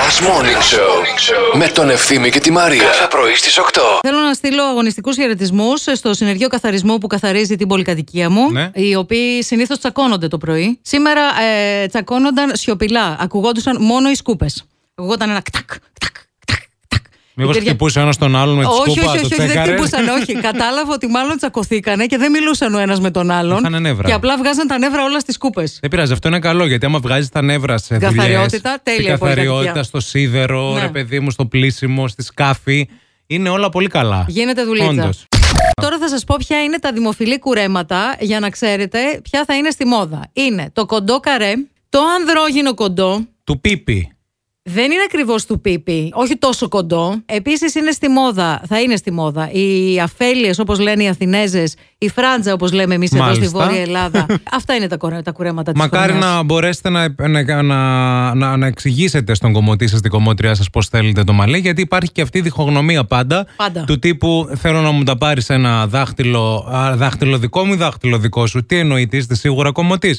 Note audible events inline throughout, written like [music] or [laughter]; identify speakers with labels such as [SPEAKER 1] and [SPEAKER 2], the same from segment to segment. [SPEAKER 1] Last Morning Show με τον Ευθύμη και τη Μαρία. Κάθε πρωί στις 8.
[SPEAKER 2] Θέλω να στείλω αγωνιστικούς χαιρετισμούς στο συνεργείο καθαρισμού που καθαρίζει την πολυκατοικία μου.
[SPEAKER 3] Ναι.
[SPEAKER 2] Οι οποίοι συνήθως τσακώνονται το πρωί. Σήμερα ε, τσακώνονταν σιωπηλά. Ακουγόντουσαν μόνο οι σκούπες. Ακουγόταν ένα κτακ, κτακ, κτακ, κτακ.
[SPEAKER 3] Μήπω
[SPEAKER 2] Υπήρχε-
[SPEAKER 3] χτυπούσε ένας τον άλλον με τη Ε, σκούπα.
[SPEAKER 2] όχι, όχι,
[SPEAKER 3] το
[SPEAKER 2] όχι, όχι, δεν
[SPEAKER 3] τσέκαρε.
[SPEAKER 2] χτυπούσαν,
[SPEAKER 3] [laughs]
[SPEAKER 2] όχι. Κατάλαβα ότι μάλλον τσακωθήκανε και δεν μιλούσαν ο ένας με τον άλλον.
[SPEAKER 3] Είχανε νεύρα.
[SPEAKER 2] Και απλά βγάζαν τα νεύρα όλα στις κούπε.
[SPEAKER 3] Δεν πειράζει, αυτό είναι καλό γιατί άμα βγάζει τα νεύρα σε δουλειές,
[SPEAKER 2] Καθαριότητα, τέλεια
[SPEAKER 3] Στην
[SPEAKER 2] πολυκατοικία.
[SPEAKER 3] καθαριότητα, στο σίδερο,
[SPEAKER 2] Ναι.
[SPEAKER 3] ρε παιδί μου, στο πλήσιμο, στη σκάφη. Είναι όλα πολύ καλά.
[SPEAKER 2] Γίνεται δουλίτσα.
[SPEAKER 3] Όντως.
[SPEAKER 2] Τώρα θα σας πω ποια είναι τα δημοφιλή κουρέματα για να ξέρετε ποια θα είναι στη μόδα. Είναι το κοντό καρέ, το ανδρόγινο κοντό.
[SPEAKER 3] Του πίπη.
[SPEAKER 2] Δεν είναι ακριβώς του πίπι, όχι τόσο κοντό. Επίσης είναι στη μόδα, θα είναι στη μόδα. Οι αφέλειες, όπως λένε οι Αθηνέζες, η φράντζα, όπως λέμε εμείς εδώ στη
[SPEAKER 3] Μάλιστα.
[SPEAKER 2] Βόρεια
[SPEAKER 3] [laughs]
[SPEAKER 2] Ελλάδα. Αυτά είναι τα, κορέ- τα κουρέματα της
[SPEAKER 3] Μακάρι να μπορέσετε να, να, να, να, να εξηγήσετε στον κομμωτή σας, την κομμωτριά σας, πώς θέλετε το μαλλί, γιατί υπάρχει και αυτή η διχογνωμία πάντα.
[SPEAKER 2] Πάντα.
[SPEAKER 3] Του τύπου θέλω να μου τα πάρεις ένα δάχτυλο, α, δάχτυλο δικό μου ή δάχτυλο δικό σου. Τι εννοείται, είστε σίγουρα κομμωτής.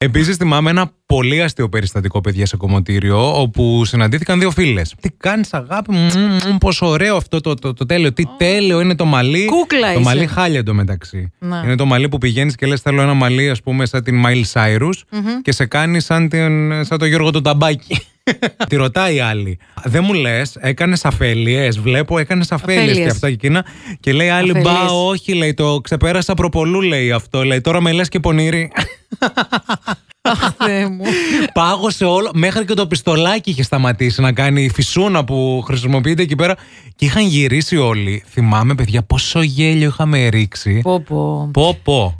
[SPEAKER 3] Επίση, θυμάμαι ένα πολύ αστείο περιστατικό, παιδιά, σε κομμωτήριο, όπου συναντήθηκαν δύο φίλες. Τι κάνεις, αγάπη μου, μμμ, μμμ, πόσο ωραίο αυτό το, το, το τέλειο. Τι τέλειο είναι το μαλλί.
[SPEAKER 2] Κούκλα
[SPEAKER 3] Το
[SPEAKER 2] είσαι.
[SPEAKER 3] μαλλί χάλια εντωμεταξύ.
[SPEAKER 2] Ναι.
[SPEAKER 3] Είναι το μαλλί που πηγαίνεις και λες: Θέλω ένα μαλλί, ας πούμε, σαν την Miley Cyrus και σε κάνει σαν, την, σαν τον Γιώργο τον Ταμπάκη.
[SPEAKER 2] [laughs]
[SPEAKER 3] Τη ρωτάει η άλλη. Δεν μου λες, έκανες αφέλειες. Βλέπω, έκανες αφέλειες
[SPEAKER 2] Αφέλειες.
[SPEAKER 3] και αυτά και εκείνα. Και λέει η άλλη:
[SPEAKER 2] Αφέλειες.
[SPEAKER 3] Μπα, όχι, λέει, το ξεπέρασα προπολού, λέει αυτό. Λέει, τώρα με λες
[SPEAKER 2] [laughs]
[SPEAKER 3] και πονήρι. [laughs]
[SPEAKER 2] μου.
[SPEAKER 3] Πάγωσε όλο. Μέχρι και το πιστολάκι είχε σταματήσει να κάνει η φυσούνα που χρησιμοποιείται εκεί πέρα. Και είχαν γυρίσει όλοι. Θυμάμαι, παιδιά, πόσο γέλιο είχαμε ρίξει.
[SPEAKER 2] Πω, πω.
[SPEAKER 3] Πω, πω.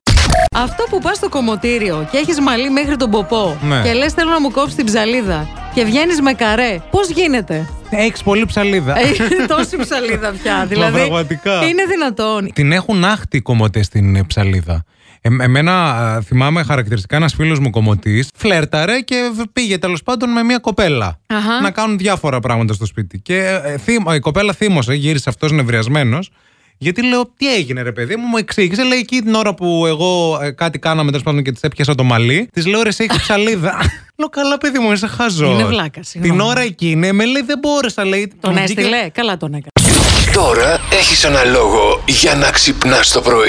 [SPEAKER 2] Αυτό που πας στο κομμωτήριο και έχεις μαλλί μέχρι τον ποπό
[SPEAKER 3] Ναι.
[SPEAKER 2] και λες θέλω να μου κόψεις την ψαλίδα και βγαίνεις με καρέ, πώς γίνεται.
[SPEAKER 3] Έχεις πολύ ψαλίδα.
[SPEAKER 2] Έχει τόση ψαλίδα
[SPEAKER 3] [laughs]
[SPEAKER 2] πια. δηλαδή.
[SPEAKER 3] πραγματικά.
[SPEAKER 2] Είναι δυνατόν.
[SPEAKER 3] Την έχουν άχτη οι κομμωτές στην ε, ψαλίδα. Ε, εμένα α, θυμάμαι χαρακτηριστικά ένας φίλος μου κομμωτής φλέρταρε και β- πήγε τέλος πάντων με μια κοπέλα.
[SPEAKER 2] Αχα.
[SPEAKER 3] Να κάνουν διάφορα πράγματα στο σπίτι. Και ε, ε, θύμα- η κοπέλα θύμωσε, γύρισε αυτός νευριασμένος. Γιατί λέω, τι έγινε ρε παιδί μου, μου εξήγησε. Λέει εκεί την ώρα που εγώ ε, κάτι κάναμε τέλος πάντων και της έπιασα το μαλλί. Της λέω, ρε, εσύ έχει
[SPEAKER 2] [laughs]
[SPEAKER 3] ψαλίδα. λέω, καλά παιδί μου, είσαι χαζός.
[SPEAKER 2] Είναι βλάκας, συγγνώμη.
[SPEAKER 3] Την ώρα εκείνη, ε, με λέει, δεν μπόρεσα, λέει.
[SPEAKER 2] Τον
[SPEAKER 3] μου βγήκε-
[SPEAKER 2] έστειλε. Καλά τον έκανε.
[SPEAKER 1] Τώρα έχεις ένα λόγο για να ξυπνάς το πρωί.